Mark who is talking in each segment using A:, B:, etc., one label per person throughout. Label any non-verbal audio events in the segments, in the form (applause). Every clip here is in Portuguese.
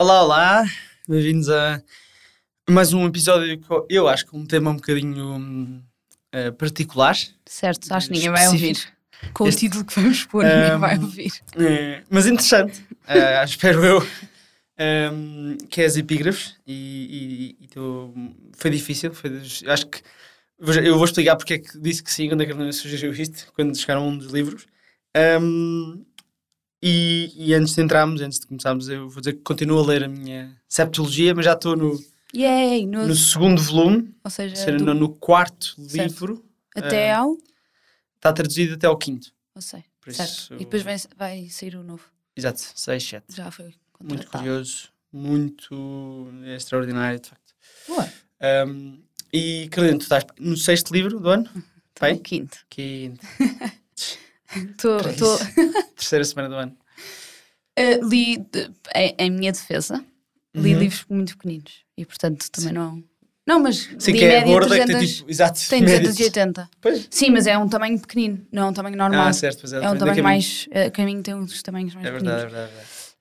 A: Olá, olá, bem-vindos a mais um episódio que eu- eu acho que um tema um bocadinho hum, eh, particular,
B: Certo, acho que ninguém vai
A: Específico.
B: ouvir. (laughs) Com
A: Este-
B: o título que vamos pôr,
A: Um,
B: ninguém vai ouvir.
A: eh, mas interessante, (laughs) eh, espero eu, hum, que é as epígrafes e, e- e tô- foi difícil, foi dos- acho que vou já- eu vou explicar porque é que disse que sim quando a Carolina sugeriu isto, quando chegaram um dos livros. Hum, e, e antes de entrarmos, antes de começarmos, eu vou dizer que continuo a ler a minha septologia, mas já estou no,
B: Yay! No,
A: no segundo volume.
B: ou seja,
A: Ser
B: do-
A: no, no quarto
B: Certo.
A: livro,
B: até ao.
A: está traduzido até ao quinto.
B: Não sei.
A: Por
B: certo.
A: isso,
B: E depois vai, vai sair o novo.
A: Exato, 6, 7.
B: Já foi
A: Muito
B: contratado.
A: curioso, muito extraordinário, de facto.
B: Boa.
A: Um, e, Carolina, tu estás no sexto livro do ano?
B: Estou
A: Bem?
B: no Então, quinto.
A: Quinto.
B: Estou-
A: Três.
B: estou-
A: Terceira semana do ano.
B: Eh, li, de- em, em minha defesa, li
A: Uhum.
B: livros muito pequeninos. E portanto também não. Não, mas.
A: Sim,
B: li
A: que é
B: média
A: gorda, que tem
B: 300
A: tipo. Exato,
B: Tem
A: média.
B: 280.
A: Pois.
B: Sim, mas é um tamanho pequenino, não é um tamanho normal.
A: Ah, certo, pois é.
B: é um
A: também dá
B: tamanho
A: caminho.
B: mais. eh, caminho tem uns tamanhos mais
A: É
B: pequeninos.
A: verdade, é verdade,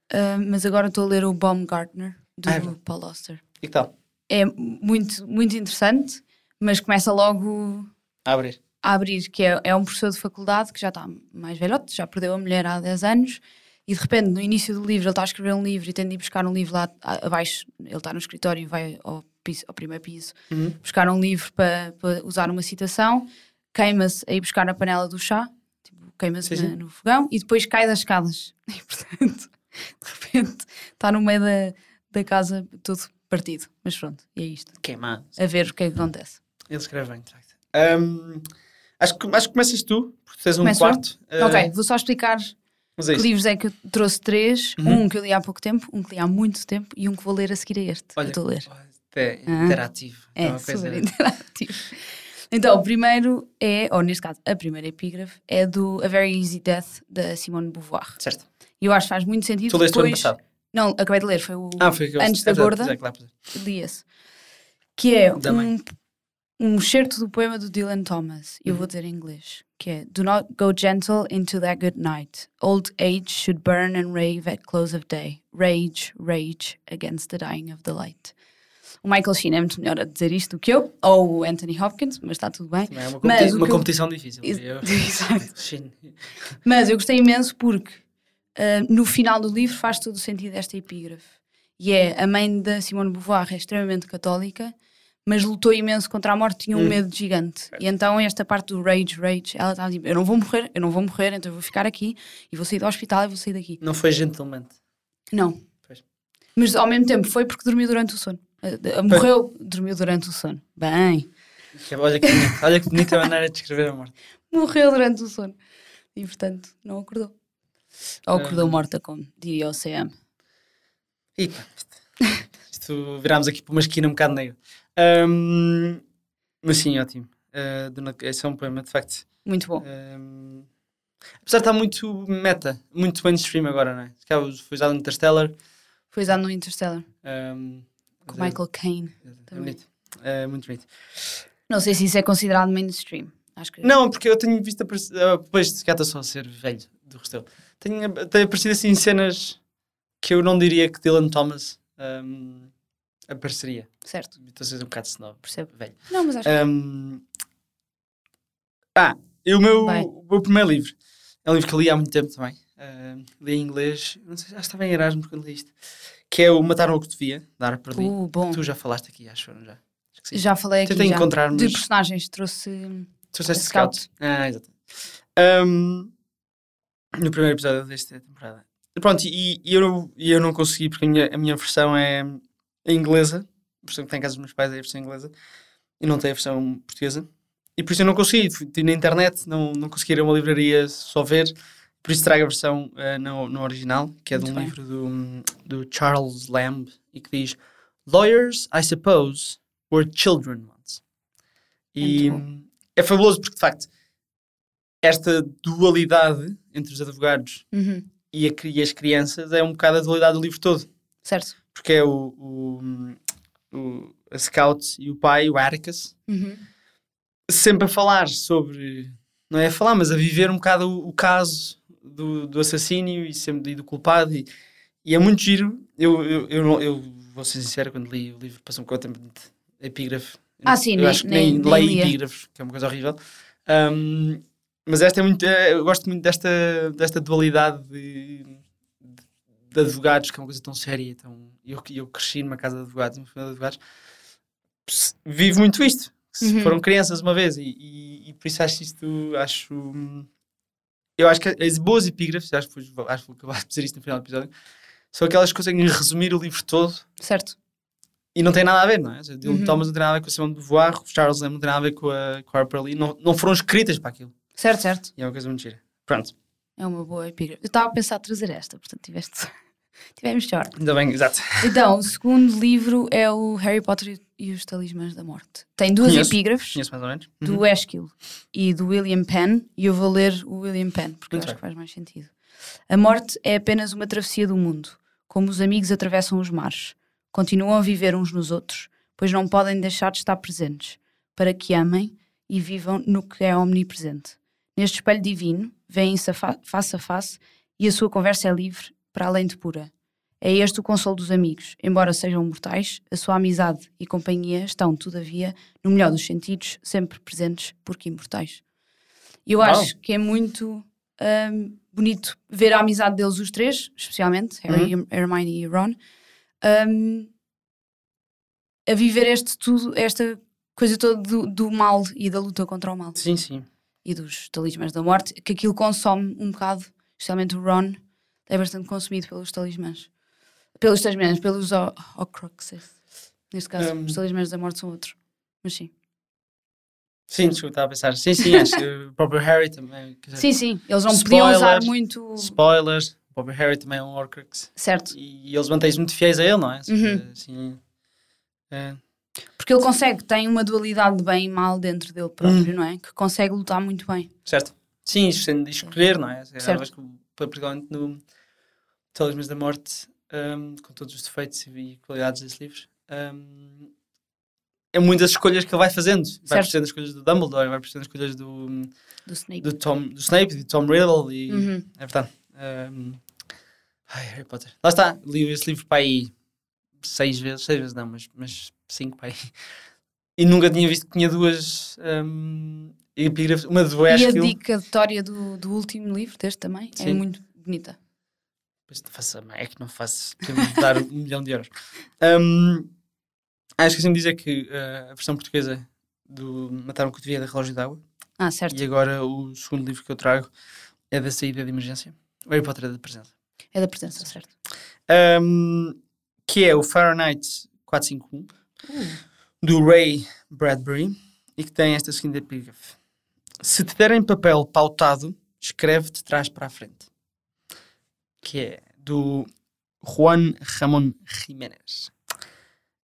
A: é verdade.
B: Uh, mas agora estou a ler o Baumgartner do
A: Ah, é verdade.
B: Paul Auster.
A: E que tal?
B: É muito, muito interessante, mas começa logo
A: A abrir.
B: a abrir, que é, é um professor de faculdade que já está mais velhote, já perdeu a mulher há 10 anos, e de repente, no início do livro, ele está a escrever um livro e tem de ir buscar um livro lá a- abaixo, ele está no escritório e vai ao, piso- ao primeiro piso
A: Uhum.
B: buscar um livro para, para usar uma citação, queima-se a ir buscar a panela do chá, tipo, queima-se
A: Sim,
B: na-
A: sim.
B: no fogão, e depois cai das escadas. (laughs) E, portanto, de repente, está no meio da, da casa todo partido. Mas pronto, é isto.
A: Queimado.
B: A ver o que é que acontece.
A: Ele escreve bem, de facto. Um, acho, que, acho que começas tu, porque tens um
B: Começo eu?
A: quarto. Uh,
B: ok, vou só explicar
A: Mas é
B: Que
A: isso.
B: livros é que eu trouxe três?
A: Uhum.
B: Um que eu li há pouco tempo, um que li há muito tempo e um que vou ler a seguir a este. que eu estou a ler.
A: É
B: Ah.
A: interativo. Então,
B: É,
A: uma coisa-
B: super interativo. Então, o primeiro é, ou neste caso, a primeira epígrafe é do A Very Easy Death, da Simone de Beauvoir.
A: Certo.
B: E eu acho que faz muito sentido.
A: Tu leste o ano
B: depois...
A: passado.
B: Não, acabei de ler, foi o
A: Ah, foi que eu-
B: Antes da
A: é verdade,
B: Gorda.
A: pois é, claro, pois é.
B: li esse. Que é
A: Da mãe.
B: um, um excerto do poema do Dylan Thomas. Eu vou
A: Uhum.
B: dizer em inglês. Que é Do not go gentle into that good night. Old age should burn and rave at close of day. Rage, rage against the dying of the light. O Michael Sheen é muito melhor a dizer isto do que eu, ou o Anthony Hopkins, mas está tudo bem.
A: Também É uma,
B: Mas
A: competi-
B: o
A: uma
B: que eu-
A: competição difícil.
B: Ex-
A: Eu-
B: (laughs) Exato.
A: Sim.
B: Mas eu gostei imenso porque ah, no final do livro faz todo o sentido esta epígrafe. E é a mãe da Simone de Beauvoir é extremamente católica, mas lutou imenso contra a morte, tinha um
A: Hum.
B: medo gigante. E então esta parte do rage, rage, ela estava tipo, eu não vou morrer, eu não vou morrer, então eu vou ficar aqui e vou sair do hospital e vou sair daqui.
A: Não foi gentilmente.
B: Não.
A: Pois.
B: Mas ao mesmo tempo foi porque dormiu durante o sono. Ah, ah, Morreu, dormiu durante o sono. Bem.
A: Que- é- Olha que bonito. Olha que bonita maneira de escrever a morte.
B: morreu durante o sono. E portanto, não acordou. Ou
A: Ah.
B: acordou morta, como diria o CM.
A: E pá, isto- isto virámos aqui para uma esquina um bocado negra. Ahm, mas sim, ótimo. Ah, Dona- esse é um poema, de facto.
B: Muito bom.
A: Ahm, apesar de estar muito meta, muito mainstream agora, não é? Se calhar Foi usado no Interstellar.
B: Foi usado no Interstellar
A: ahm, mas
B: com
A: é-
B: Michael Caine.
A: É
B: também.
A: bonito. É muito bonito.
B: Não sei se isso é considerado mainstream. Acho que
A: Não, porque eu tenho visto aparecer. ah, Pois, se calhar estou só a ser velho do Restelo. Tenho, tem aparecido assim cenas que eu não diria que Dylan Thomas ahm, apareceria.
B: certo,
A: Estou a ser um bocado snob,
B: percebo.
A: velho. É,
B: Não, mas acho
A: Ahm, ah, e o meu,
B: Vai.
A: o meu primeiro livro é um livro que eu li há muito tempo também. Ahm, li em inglês, não sei, acho que estava em Erasmus quando li isto. Que é o Matar o que devia, dar para
B: que.
A: ti.
B: Uh, bom.
A: Tu já falaste aqui, acho não já. Acho que sim.
B: Já falei aqui.
A: Tentei
B: já.
A: encontrar,
B: De
A: mas-
B: personagens, trouxe. hum,
A: Tu disseste scout.
B: Scout.
A: Ah, exato. Ahm, no primeiro episódio desta temporada. Pronto, e, e eu, não- e eu não consegui, porque a minha, a minha versão é inglesa. A versão que tem em casa dos meus pais é a versão inglesa. E não tem a versão portuguesa. E por isso eu não consegui. Fui fui na internet, não, não consegui ir a uma livraria só ver. Por isso trago a versão ah, não não original, que é de
B: Muito
A: um
B: bem.
A: livro do, hum, do Charles Lamb, e que diz Lawyers, I suppose, were children once. E
B: Muito bom.
A: hum, é fabuloso porque, de facto, esta dualidade entre os advogados
B: uhum,
A: e, a cri- e as crianças é um bocado a dualidade do livro todo.
B: Certo.
A: porque é o, o, o- a Scout e o pai, o Atticus,
B: Uhum.
A: sempre a falar sobre, não é a falar, mas a viver um bocado o, o caso do, do assassínio e sempre e do culpado. E, e é muito giro. Eu, eu, eu, não- eu vou ser sincero, quando li o livro, passou-me completamente epígrafe.
B: Ah, sim,
A: eu
B: nem-
A: acho que
B: nem-
A: nem,
B: nem
A: leio
B: lia.
A: epígrafes, que é uma coisa horrível. Ahm, mas esta é muito. é, Eu gosto muito desta, desta dualidade de, de- de advogados, que é uma coisa tão séria. Tão, eu, eu cresci numa casa de advogados, numa família de advogados. Se- Vivo muito isto. Se
B: Uhum.
A: Foram crianças uma vez e, e- e por isso acho isto. Acho. hum, Eu acho que as boas epígrafes, acho que vou, acho que vou (laughs) acabar de dizer isto no final do episódio, são aquelas que conseguem resumir o livro todo
B: Certo.
A: e não tem nada a ver, não é? O Dylan
B: Uhum.
A: Thomas não tem nada a ver com o Simone de Beauvoir, o Charles Lamb não tem nada a ver com a, com a Harper Lee, não, não foram escritas para aquilo.
B: Certo, certo.
A: E é uma coisa muito gira. Pronto,
B: É uma boa epígrafe. Eu estava a pensar trazer esta, portanto tiveste... (laughs) tivemos sorte.
A: ainda bem, exato. (laughs)
B: Então, o segundo livro é o Harry Potter e os Talismãs da Morte. Tem duas
A: Conheço.
B: epígrafes
A: Conheço mais ou menos.
B: do
A: Uhum.
B: Esquilo e do William Penn, e eu vou ler o William Penn, porque eu
A: Muito
B: acho
A: bem.
B: que faz mais sentido. A morte é apenas uma travessia do mundo, como os amigos atravessam os mares. Continuam a viver uns nos outros, pois não podem deixar de estar presentes, para que amem e vivam no que é omnipresente. Neste espelho divino, veem-se a fa- face a face e a sua conversa é livre, para além de pura. É este o consolo dos amigos. Embora sejam mortais, a sua amizade e companhia estão, todavia, no melhor dos sentidos, sempre presentes, porque imortais. Eu
A: Uau.
B: acho que é muito hum, bonito ver a amizade deles, os três, especialmente, Harry, Hermione e Ron, hum, a viver este tudo, esta coisa toda do, do mal e da luta contra o mal
A: Sim, sim.
B: e dos talismãs da morte, que aquilo consome um bocado, especialmente o Ron, é bastante consumido pelos talismãs. Pelos talismãs, pelos ho- Horcruxes. Neste caso,
A: Um.
B: os talismãs da morte são outros. Mas sim.
A: Sim, desculpa, estava a pensar. Sim, sim, acho que o próprio Harry também. quer dizer,
B: Sim, sim, eles não podiam usar
A: Spoiler.
B: muito.
A: Spoilers, o próprio Harry também é um Horcrux.
B: Certo,
A: E eles mantêm-se muito fiéis a ele, não é?
B: Uhum.
A: Sim. É.
B: porque ele consegue, tem uma dualidade de bem e mal dentro
A: Hum.
B: dele próprio, não é? Que consegue lutar muito bem.
A: Certo. Sim, isso sendo de escolher, não é?
B: Certo.
A: Certo. Acho que, particularmente no Talismãs da Morte, hum, com todos os defeitos e qualidades desse livro, hum, é muitas escolhas que ele vai fazendo. Vai
B: Certo.
A: percebendo as escolhas do Dumbledore, vai percebendo as escolhas do,
B: Do Snape.
A: do, Tom, do Snape, do Tom Riddle, e
B: Uhum.
A: é verdade. hum, ai, Harry Potter. Lá está, li esse livro para aí seis vezes, seis vezes não, mas, mas cinco para aí. (laughs) E nunca tinha visto que tinha duas hum, epígrafes, uma do
B: E a
A: Esquil.
B: dedicatória do, do último livro, deste também, é
A: Sim.
B: muito bonita.
A: Pois não faço, é que não faço. Temos de dar um (laughs) milhão de euros. Um, ah, esqueci-me de dizer que eh, a versão portuguesa do Mataram com Cotovia da Relógio d'Água
B: Ah, certo.
A: e agora o segundo livro que eu trago é da Saída de Emergência, o Harry Potter é da Presença,
B: É da presença, certo.
A: Um, que é o Fahrenheit 451 do Ray Bradbury e que tem esta seguinte epígrafe: Se te derem papel pautado, escreve de trás para a frente. Que é do Juan Ramon Jiménez.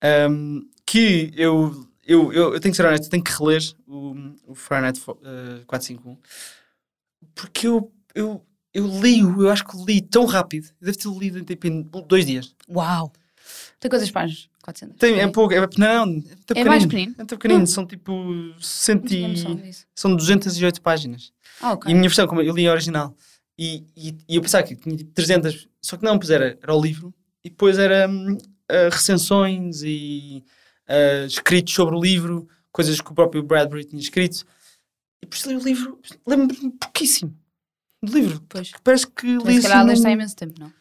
A: Ahm, que eu, eu, eu, eu tenho que ser honesto, eu tenho que reler o, o Fahrenheit fo- eh, 451 porque eu, eu, eu li-o, eu acho que li tão rápido, eu devo ter lido em tipo, em dois dias.
B: Uau! Tem quantas páginas? 400.
A: Tem, é
B: Ok.
A: pouco, é, não, é,
B: É mais pequenino.
A: é tão pequenino, são tipo cento
B: Não tinha noção
A: e...
B: um disso.
A: São 208 páginas.
B: Ah,
A: E
B: ok.
A: a minha versão, como eu li a original, e, e, e eu pensava que tinha tipo 300, só que não, pois era, era o livro, e depois era hum, ah, recensões e ah, escritos sobre o livro, coisas que o próprio Bradbury tinha escrito. E depois li o livro, lembro-me pouquíssimo do livro.
B: Pois.
A: Parece que li
B: Então, se
A: assim
B: calhar
A: num-
B: leste há imenso tempo, não?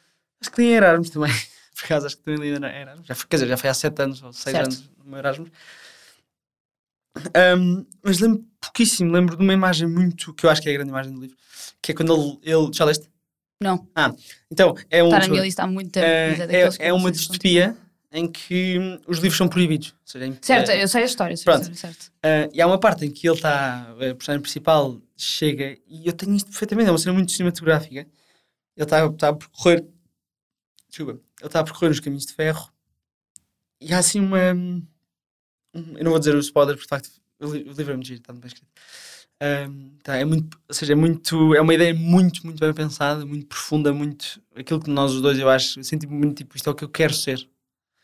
A: Acho que li em Erasmus também. (laughs) Por acaso, acho que também li em Erasmus. Já foi, quer dizer, já foi há 7 anos ou 6
B: Certo.
A: anos no meu Erasmus. Ahm, mas lembro pouquíssimo. Lembro de uma imagem muito. que eu acho que é a grande imagem do livro. Que é quando ele. ele já leste?
B: Não,
A: Então, é um.
B: está na minha lista há muito tempo.
A: é,
B: mas é
A: é,
B: daqueles que eu
A: é
B: não
A: uma
B: sei se
A: distopia em que hum, os livros são proibidos. Ou seja, em-
B: continuo. Certo,
A: é-
B: eu sei a história, sei
A: Pronto.
B: sei, certo.
A: ah, e há uma parte em que ele está, a personagem principal chega, e eu tenho isto perfeitamente, é uma cena muito cinematográfica. Ele está está a percorrer. Desculpa, ele está a percorrer os caminhos de ferro, e há assim uma. um- eu não vou dizer o spoiler, porque de facto o li- o livro é muito giro, está muito bem escrito. Ahm, tá, é muito, ou seja, é muito, é uma ideia muito, muito bem pensada, muito profunda, muito aquilo que nós os dois eu acho, eu senti muito tipo, isto é o que eu quero ser.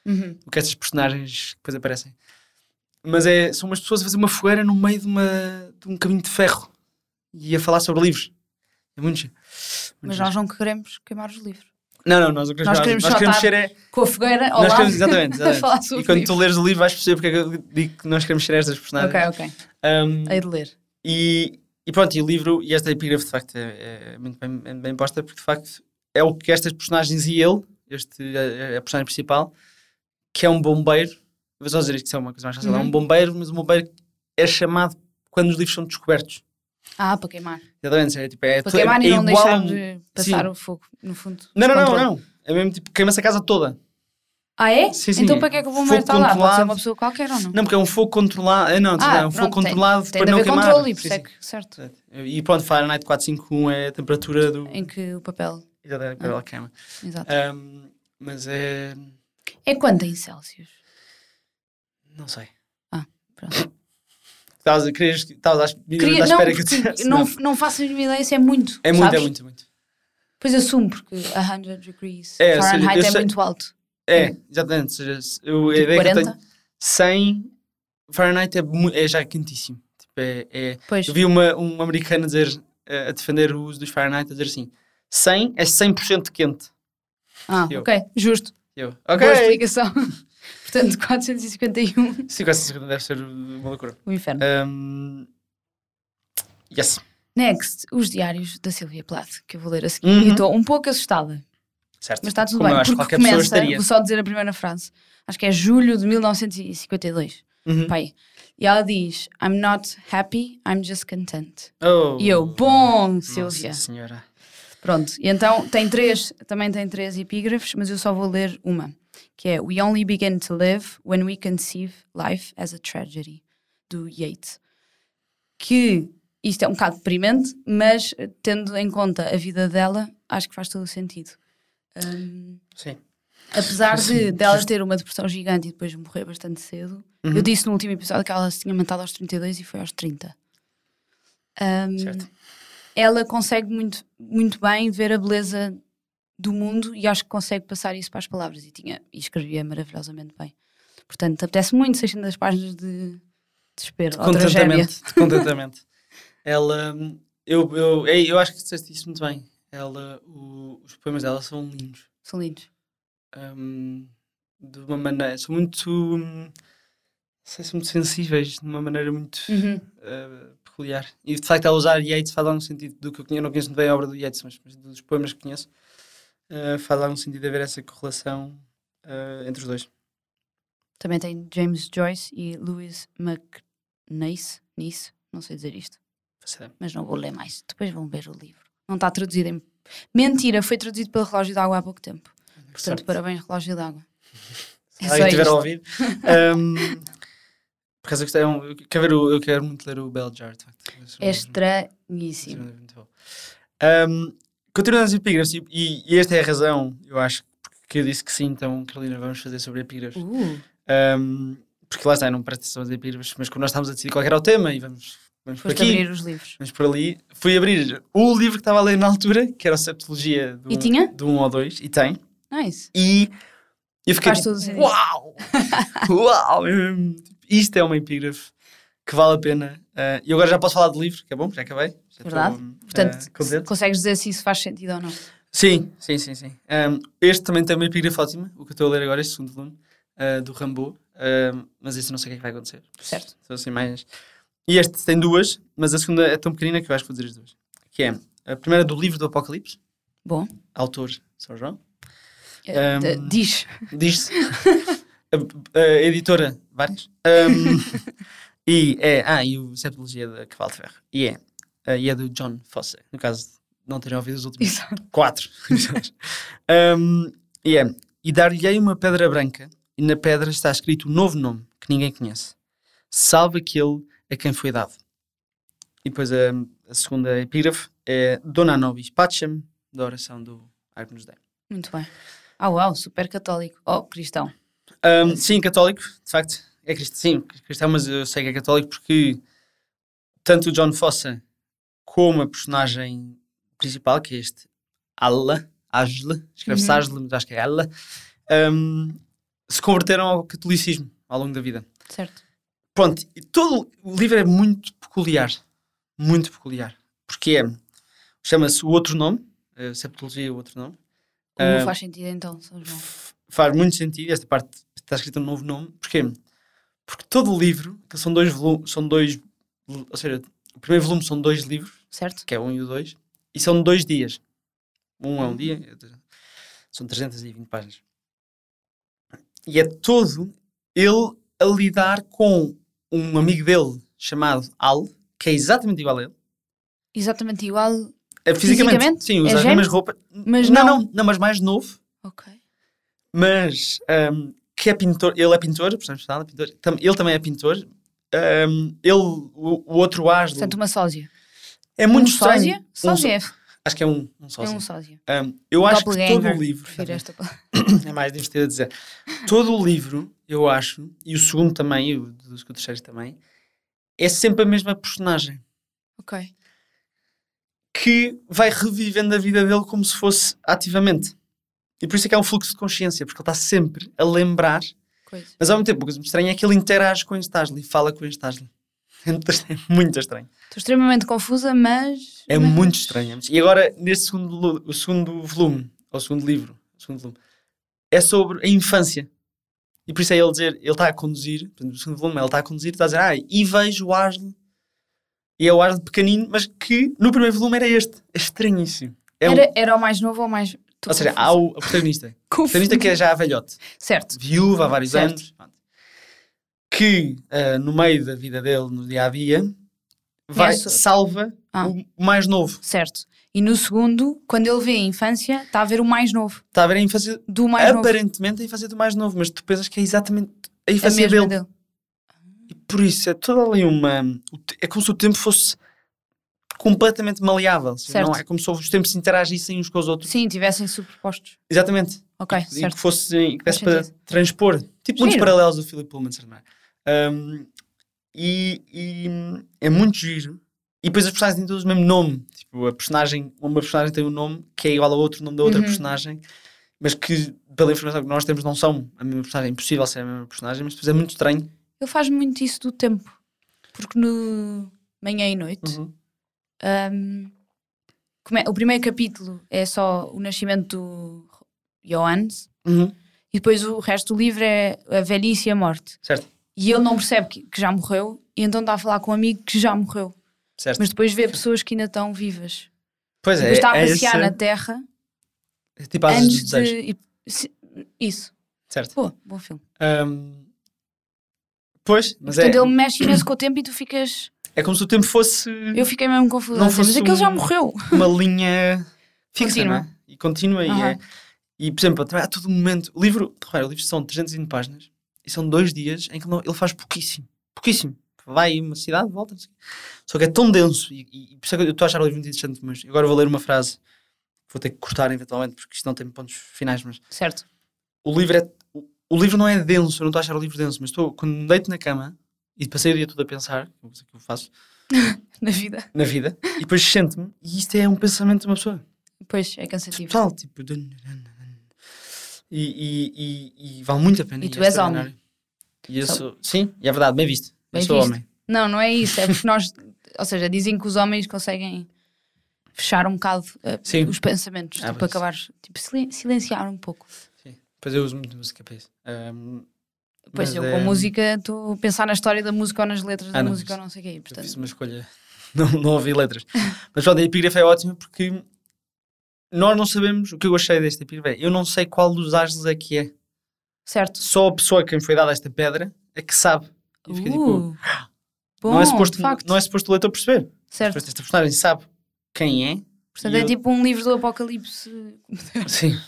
B: Uhum.
A: o que essas personagens que depois aparecem. Mas é, são umas pessoas a fazer uma fogueira no meio de, uma, de um caminho de ferro e a falar sobre livros. É muito giro. Muito
B: Mas
A: giro.
B: nós não queremos queimar os livros.
A: Não, não, nós o que
B: nós
A: nós
B: queremos
A: queremos,
B: só estar
A: ser é.
B: Com a fogueira ao
A: Nós
B: lado
A: queremos, (laughs)
B: (laughs)
A: exatamente.
B: a
A: exatamente.
B: falar sobre
A: E quando
B: livros.
A: tu leres o livro vais perceber porque é que eu digo que nós queremos ser estas personagens.
B: Ok, ok.
A: Um,
B: Hei de ler.
A: e, e pronto, e o livro, e esta epígrafe de facto é, é muito bem, é bem posta, porque de facto é o que estas personagens e ele, este é, é a personagem principal, que é um bombeiro, vou só dizer isto que é uma coisa mais fácil, é
B: Uhum.
A: um bombeiro, mas um bombeiro é chamado quando os livros são descobertos.
B: Ah, para queimar.
A: Exatamente, é, tipo, é,
B: Para
A: to- é,
B: queimar e
A: é
B: não
A: igual a
B: deixar
A: um-
B: de passar
A: Sim.
B: o fogo, no fundo.
A: Não, não, não,
B: descontrole.
A: não. É mesmo tipo, queima-se a casa toda.
B: Ah, é?
A: Sim, sim.
B: Então para que é que o bombeiro
A: Fogo
B: está lá? Pode ser uma
A: controlado.
B: pessoa qualquer ou não?
A: Não, porque é um fogo controlado. é, Não,
B: Ah,
A: é um fogo
B: pronto, tem-
A: controlado
B: Tem de
A: para não
B: haver
A: queimar.
B: controle e por
A: Sim,
B: isso é
A: sim.
B: que- certo.
A: E pronto, Fahrenheit 451 é a temperatura do. é,
B: Em que o papel, Ah.
A: Exatamente, para ela queima.
B: exato.
A: É. Ahm, mas é.
B: É quanto em Celsius?
A: Não sei.
B: Ah, pronto.
A: Estavas a- querias- estavas à es- à
B: Queria, não,
A: espera que eu
B: porque
A: (laughs) dissesse.
B: não, não faço a mínima ideia se é muito.
A: É muito,
B: sabes?
A: é muito, é muito.
B: Pois assumo, porque 100 degrees
A: É, ou seja,
B: Fahrenheit
A: eu
B: é
A: sei-
B: muito alto.
A: É, exatamente. Ou seja, eu, a
B: Tipo
A: ideia que eu
B: 40?
A: tenho. 100 Fahrenheit é, mu- é já quentíssimo. Tipo, é, é-
B: Pois.
A: Eu vi uma, um americano a dizer, eh, a defender o uso dos Fahrenheit, a dizer assim: 100 é 100% quente.
B: Ah,
A: eu.
B: ok. Justo.
A: Eu,
B: Boa
A: ok.
B: explicação. (laughs) Portanto, 451.
A: 50 deve ser uma loucura.
B: O inferno.
A: Ahm, yes.
B: Next, os diários da Silvia Plath, que eu vou ler a seguir.
A: Uhum.
B: E estou um pouco assustada.
A: Certo.
B: Mas está tudo
A: Como
B: bem,
A: eu acho que qualquer
B: porque
A: pessoa
B: começa,
A: estaria.
B: vou só dizer a primeira frase, acho que é julho de 1952,
A: Uhum.
B: pai. E ela diz, I'm not happy, I'm just content.
A: Oh.
B: E eu, bom,
A: Nossa
B: Silvia.
A: senhora.
B: Pronto, e então tem três, também tem três epígrafes, mas eu só vou ler uma, que é We only begin to live when we conceive life as a tragedy, do Yeats. Que isto é um bocado deprimente, mas eh, tendo em conta a vida dela, acho que faz todo o sentido. Ahm,
A: Sim.
B: Apesar de dela ter uma depressão gigante e depois morrer bastante cedo, eu disse no último episódio que ela se tinha matado aos 32 e foi aos 30. Ahm,
A: Certo.
B: Ela consegue muito, muito bem ver a beleza do mundo e acho que consegue passar isso para as palavras e, tinha, e escrevia maravilhosamente bem. Portanto, apetece muito 600 páginas de desespero. ou tragédia.
A: Contentamento.
B: (laughs)
A: de contentamento. Ela. hum, Eu, eu, ei, eu acho que disseste isso muito bem. Ela, o- os poemas dela são lindos.
B: São lindos.
A: Hum, de uma maneira. São muito. hum, Não sei se muito sensíveis, de uma maneira muito
B: Uhum.
A: eh, peculiar. E de facto, ela usar Yeats faz algum sentido do que eu conheço. Eu não conheço muito bem a obra do Yeats, mas, mas dos poemas que conheço, eh, faz algum sentido haver essa correlação eh, entre os dois.
B: Também tem James Joyce e Lewis McNeice, Nice, não sei dizer isto.
A: Fascinante.
B: mas não vou ler mais. Depois vão ver o livro. Não está traduzido em. Mentira, foi traduzido pelo Relógio d'Água há pouco tempo. Portanto,
A: Sorte.
B: parabéns, Relógio d'Água.
A: Se
B: É só
A: alguém estiver a
B: isto.
A: ouvir. Ahm, por causa que isto é um, eu, quero ver o- eu quero muito ler o Bell Jar, de facto. Esse
B: É
A: é um- esse é um
B: estranhíssimo.
A: livro muito bom. Ahm, continuando as epígrafes, e, e- e esta é a razão, eu acho, que eu disse que sim, então, Carolina, vamos fazer sobre epígrafes.
B: Uh,
A: Ahm, porque lá está, não parece que são as epígrafes, mas como nós estávamos a decidir qual era o tema, e vamos, vamos por
B: foste
A: aqui,
B: abrir os livros.
A: vamos por ali, fui abrir o livro que estava a ler na altura, que era o Septologia do
B: E
A: um-
B: tinha?
A: do 1 um ou 2, e tem.
B: Nice.
A: E eu fiquei
B: é Faz
A: tipo,
B: todo o sentido. (laughs)
A: uau! uau! hum, Isto é uma epígrafe que vale a pena. eh, e agora já posso falar do livro, que é bom, já acabei. Já
B: Verdade.
A: estou, hum,
B: Portanto,
A: eh, contente.
B: consegues dizer se isso faz sentido ou não.
A: Sim, sim, sim. sim. Hum, este também tem uma epígrafe ótima, o que eu estou a ler agora, este segundo volume, eh, do Rambo. hum, mas isso não sei o que é que vai acontecer.
B: Certo.
A: São assim mais. E este tem duas, mas a segunda é tão pequenina que eu acho que vou dizer as duas. Que é a primeira do livro do Apocalipse,
B: Bom,
A: autor São João.
B: eh, de-
A: Um,
B: diz. (laughs)
A: Diz-se. a, a editora, várias. Um, e é. Ah, e o Septologia da Cavalo de Ferro. E é. ah, e é do John Fosse. No caso, de não terem ouvido os
B: (laughs)
A: últimos
B: Exato.
A: quatro. episódios. um, e é. E dar-lhe-ei uma pedra branca, e na pedra está escrito um novo nome que ninguém conhece. Salve aquele a quem foi dado. E depois a, a segunda epígrafe é Dona Nobis Pacem, da oração do Agnus Dei.
B: Muito bem. Ah, uau, super católico. Oh, cristão.
A: Um, sim, católico, de facto. É cristão, sim, cristão, mas eu sei que é católico porque tanto o John Fossa como a personagem principal, que é este Alla, Asle, escreve-se
B: Uhum.
A: Asle, mas acho que é Alla, se converteram ao catolicismo ao longo da vida.
B: Certo.
A: Pronto, e todo o livro é muito peculiar. Muito peculiar. Porque é. Chama-se O Outro Nome. eh, Septologia é o Outro Nome.
B: Não
A: Ah,
B: faz sentido então, São João.
A: F- Faz muito sentido. Esta parte está escrita no novo nome. Porquê? Porque todo o livro, que são dois volumes. São dois. Ou seja, o primeiro volume são dois livros
B: Certo?
A: que é um e o dois e são dois dias. Um é um dia, e outro- são 320 páginas. E é todo ele a lidar com um amigo dele chamado Al, que é exatamente igual a ele.
B: Exatamente igual.
A: É fisicamente,
B: Fisicamente?
A: sim, usa
B: É
A: as
B: gêmeo?
A: mesmas roupas.
B: Mas
A: não,
B: não.
A: não, não, mas mais novo.
B: Ok.
A: Mas ahm, que é pintor, ele é pintor, portanto, está lá, pintor. Tam- ele também é pintor. Ahm, ele, o, o outro asno
B: Portanto, uma sósia.
A: é muito
B: um
A: estranho.
B: sósia?
A: Um
B: Sósia é.
A: só- acho que é um, um
B: É
A: sócio.
B: um sósia.
A: eu acho que todo o
B: Doppelganger.
A: livro.
B: Prefiro esta palavra.
A: é mais divertido a dizer. Todo o livro, eu acho, e o segundo também, e o, deduzo que o terceiro também, é sempre a mesma personagem
B: (laughs) Ok.
A: que vai revivendo a vida dele como se fosse ativamente. E por isso é que é um fluxo de consciência, porque ele está sempre a lembrar,
B: Coisa.
A: mas ao mesmo tempo, o que me estranha é que ele interage com este Ashley, fala com este Ashley. É muito estranho, muito estranho.
B: Estou extremamente confusa, mas.
A: É
B: mas-
A: muito estranho. E agora, neste segundo, lu- o segundo volume, ou segundo livro, o segundo volume, é sobre a infância. E por isso é ele dizer, ele está a conduzir, portanto, o segundo volume, ele está a conduzir, está a dizer, ah, e vejo o Aslo. E é o Aslo pequenino, mas que no primeiro volume era este. É estranhíssimo. É um-
B: Era, era o mais novo ou o mais. Estou
A: ou seja,
B: confusa.
A: há o a protagonista. O
B: Confusa.
A: protagonista que é já velhote,
B: Certo.
A: viúva há vários
B: Uhum, Certo.
A: anos, pronto. que ah, no meio da vida dele, no dia a dia, vai,
B: Conhece-
A: salva
B: Ah.
A: o o mais novo.
B: Certo. E no segundo, quando ele vê a infância, está a ver o mais novo.
A: Está a ver a infância,
B: Do mais novo.
A: aparentemente a infância do mais novo, mas tu pensas que é exatamente a
B: A
A: infância
B: mesma
A: dele.
B: dele.
A: E por isso é toda ali uma. o te- É como se o tempo fosse completamente maleável. se
B: Certo.
A: Não é como se os tempos interagissem uns com os outros.
B: Sim, tivessem superpostos.
A: Exatamente.
B: Ok,
A: e,
B: certo.
A: Tipo, que fosse e que desse
B: Faz
A: para
B: sentido.
A: transpor. Tipo muitos
B: Giro.
A: paralelos do Philip Pullman, de certa maneira. Ahm, e, e, hum, é muito giro. E depois as personagens têm todos o mesmo nome. Tipo, a personagem, uma personagem tem um nome que é igual a outro nome da outra
B: Uhum.
A: personagem, mas que, pela informação que nós temos, não são a mesma personagem. É impossível ser a mesma personagem, mas depois é muito estranho.
B: Ele faz muito isso do tempo. Porque no manhã e noite,
A: Uhum.
B: um, come- o primeiro capítulo é só o nascimento do Johannes
A: Uhum.
B: e depois o resto do livro é a velhice e a morte.
A: Certo,
B: E ele não percebe que, que já morreu e então está a falar com um amigo que já morreu.
A: certo.
B: Mas depois vê pessoas que ainda estão vivas.
A: pois é,
B: Depois está a
A: é
B: passear
A: esse-
B: na terra
A: é tipo asas dos
B: antes
A: desejos.
B: de... e- se- Isso.
A: Certo.
B: Boa, bom filme.
A: Ahm, pois, mas é,
B: Portanto, ele mexe imenso com o tempo e tu ficas...
A: é como se o tempo fosse
B: Eu fiquei mesmo confusa.
A: Não
B: a dizer, Mas
A: fosse
B: aquele já
A: um-
B: morreu.
A: uma linha fixa,
B: Contínua.
A: não é? E continua e
B: Aham.
A: é. E, por exemplo, a todo momento, o livro, repara, o livro são 320 páginas e são dois dias em que ele não- ele faz pouquíssimo, pouquíssimo. Vai a uma cidade, volta, não sei o quê. Só que é tão denso e, e- e por isso é que eu estou a achar o livro muito interessante, mas agora vou ler uma frase, vou ter que cortar eventualmente porque isto não tem pontos finais, mas
B: Certo.
A: o livro é. o- O livro não é denso, eu não estou a achar o livro denso, mas estou, quando me deito na cama e passei o dia todo a pensar, uma coisa que eu faço,
B: Na vida.
A: na vida, e depois sento-me, e isto é um pensamento de uma pessoa.
B: Pois, é cansativo.
A: Total, tipo. dun- dun- dun- dun. E, e, e, e vale muito a pena.
B: E tu
A: é
B: és
A: extraordinário. E eu
B: Só-
A: sou, sim, e é verdade, bem visto.
B: Bem
A: eu sou
B: visto.
A: homem.
B: Não, não é isso. É porque nós, ou seja, dizem que os homens conseguem fechar um bocado eh,
A: Sim.
B: os pensamentos,
A: Ah,
B: tipo,
A: pois.
B: acabar, tipo, silen- silenciar um pouco.
A: Depois eu uso muito música para isso. Ahm,
B: Pois
A: Mas
B: eu
A: é-
B: com música estou a pensar na história da música ou nas letras
A: Ah,
B: da
A: não,
B: música
A: isso-
B: ou não sei o quê.
A: eu fiz
B: Portanto,
A: uma escolha. (laughs) Não, não ouvi letras. Mas pronto, a epígrafe é ótima porque nós não sabemos o que eu achei desta epígrafe. é, Eu não sei qual dos ángeles é que é.
B: certo.
A: Só a pessoa a quem foi dada esta pedra é que sabe. E fica tipo,
B: Uh, bom,
A: (gasps) não, é suposto,
B: de facto.
A: não é suposto o leitor perceber.
B: certo.
A: Depois esta personagem sabe quem é.
B: Portanto,
A: e
B: é
A: eu-
B: tipo um livro do apocalipse
A: Sim.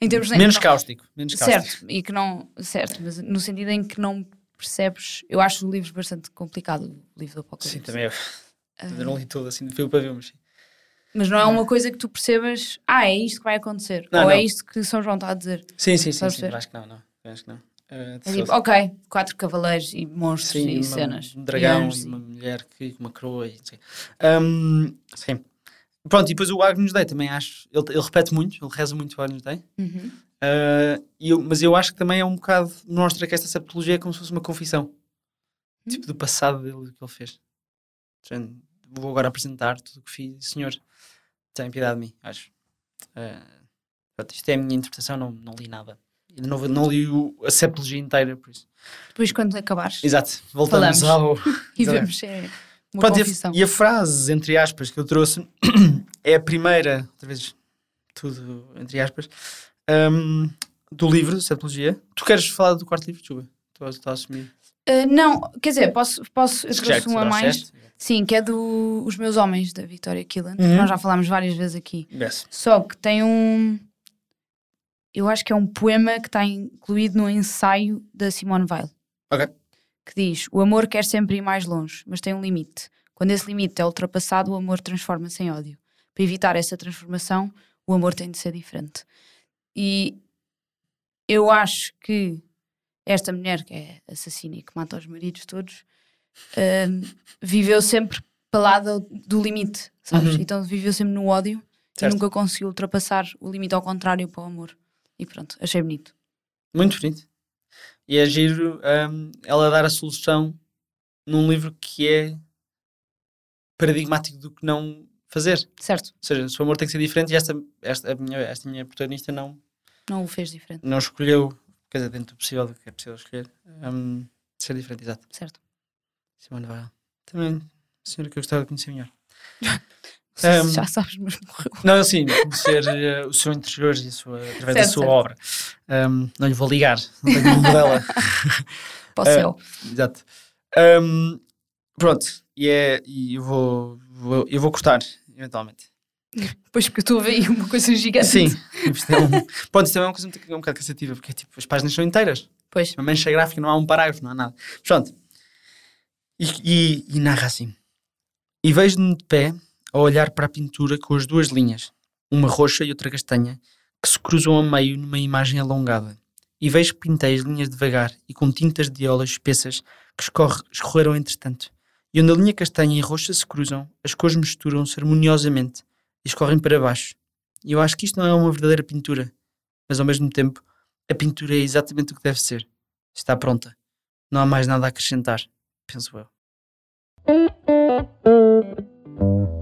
B: em termos de...
A: Menos
B: não-
A: cáustico. Menos cáustico.
B: Certo, e que não... Certo, mas no sentido em que não percebes... Eu acho o livro bastante complicado, o livro do apocalipse.
A: Sim, também é eu.
B: Ah,
A: Eu não li tudo assim de fio para ver, mas sim.
B: Mas não é uma coisa que tu percebas, ah, é isto que vai acontecer,
A: Não,
B: ou é
A: não.
B: isto que São João está a dizer.
A: Sim, sim, sim.
B: Sabes
A: sim
B: ver?
A: acho que não, não. Acho que não. Eh, de
B: É tipo,
A: certeza.
B: ok, quatro cavaleiros e monstros
A: Sim,
B: e
A: uma-
B: cenas.
A: Um dragão
B: anjos
A: e uma mulher que, com uma coroa e não sei. Ahm, sim. Pronto, e depois o Agnus Dei também acho. Ele, ele repete muito, ele reza muito o Agnus Dei.
B: Uhum.
A: Ah, e eu- mas eu acho que também é um bocado. Mostra que esta sapologia é como se fosse uma confissão. Tipo, do passado dele, do que ele fez. Portanto, vou agora apresentar tudo o que fiz. Senhor, tem piedade de mim, acho. Ah, pronto, isto é a minha interpretação, não, não li nada. E de novo, não li o- a sapologia inteira, por isso.
B: Depois, quando acabares
A: Exato, voltamos
B: Falamos.
A: ao.
B: e
A: exatamente.
B: vemos. É uma
A: Pronto, e a-
B: confissão.
A: e a frase, entre aspas, que eu trouxe (clears throat) é a primeira, outra vez, tudo entre aspas, hum, do livro, de Septologia. Tu queres falar do quarto livro, Juba? Estou a- estou a assumir.
B: Ah, não, quer dizer, posso. posso eu
A: Se calhar
B: trouxe
A: que
B: uma
A: será
B: mais.
A: certo.
B: Sim, que é do Os Meus Homens, da Victoria Killen.
A: Uhum.
B: Nós já falámos várias vezes aqui.
A: Yes.
B: Só que tem um. Eu acho que é um poema que está incluído no ensaio da Simone Weil.
A: Ok.
B: Que diz: O amor quer sempre ir mais longe, mas tem um limite. Quando esse limite é ultrapassado, o amor transforma-se em ódio. Para evitar essa transformação, o amor tem de ser diferente. E eu acho que esta mulher, que é assassina e que mata os maridos todos, hum, viveu sempre para lá do, do limite, sabes?
A: Uhum.
B: Então viveu sempre no ódio
A: Certo.
B: e nunca conseguiu ultrapassar o limite ao contrário para o amor. E pronto, achei bonito.
A: Muito bonito. E é giro hum, ela dar a solução num livro que é paradigmático do que não fazer.
B: Certo,
A: Ou seja, o seu amor tem que ser diferente e esta, esta, a minha, esta minha protagonista não,
B: não o fez diferente,
A: não escolheu, quer dizer, dentro do possível, do que é possível escolher, hum, ser diferente, exato.
B: certo.
A: Simone Weil. Também, senhora que eu gostava de conhecer melhor.
B: Se-
A: Um,
B: (laughs) Já sabes, mas morreu.
A: Não, assim, conhecer eh, o seu interior e a sua, através da
B: Certo,
A: sua
B: certo.
A: obra. Um, não lhe vou ligar, não tenho o número
B: (laughs)
A: dela.
B: Para o
A: é.
B: céu.
A: Exato. Um, pronto, e, é, e eu, vou, vou- eu vou cortar, eventualmente.
B: Pois porque eu estou a ver aí uma coisa gigante.
A: Sim. Isto é um- pronto, isto também é uma coisa um bocadinho- um bocado cansativa, porque é tipo, as páginas são inteiras.
B: Pois.
A: Uma mancha gráfica, não há um parágrafo, não há nada. Pronto. E, e- e narra assim. E vejo-me de pé a olhar para a pintura com as duas linhas, uma roxa e outra castanha, que se cruzam a meio numa imagem alongada. E vejo que pintei as linhas devagar e com tintas de iola espessas que escorre, escorreram entretanto. E onde a linha castanha e roxa se cruzam, as cores misturam-se harmoniosamente e escorrem para baixo. E eu acho que isto não é uma verdadeira pintura, mas ao mesmo tempo, a pintura é exatamente o que deve ser. Está pronta. Não há mais nada a acrescentar, penso eu.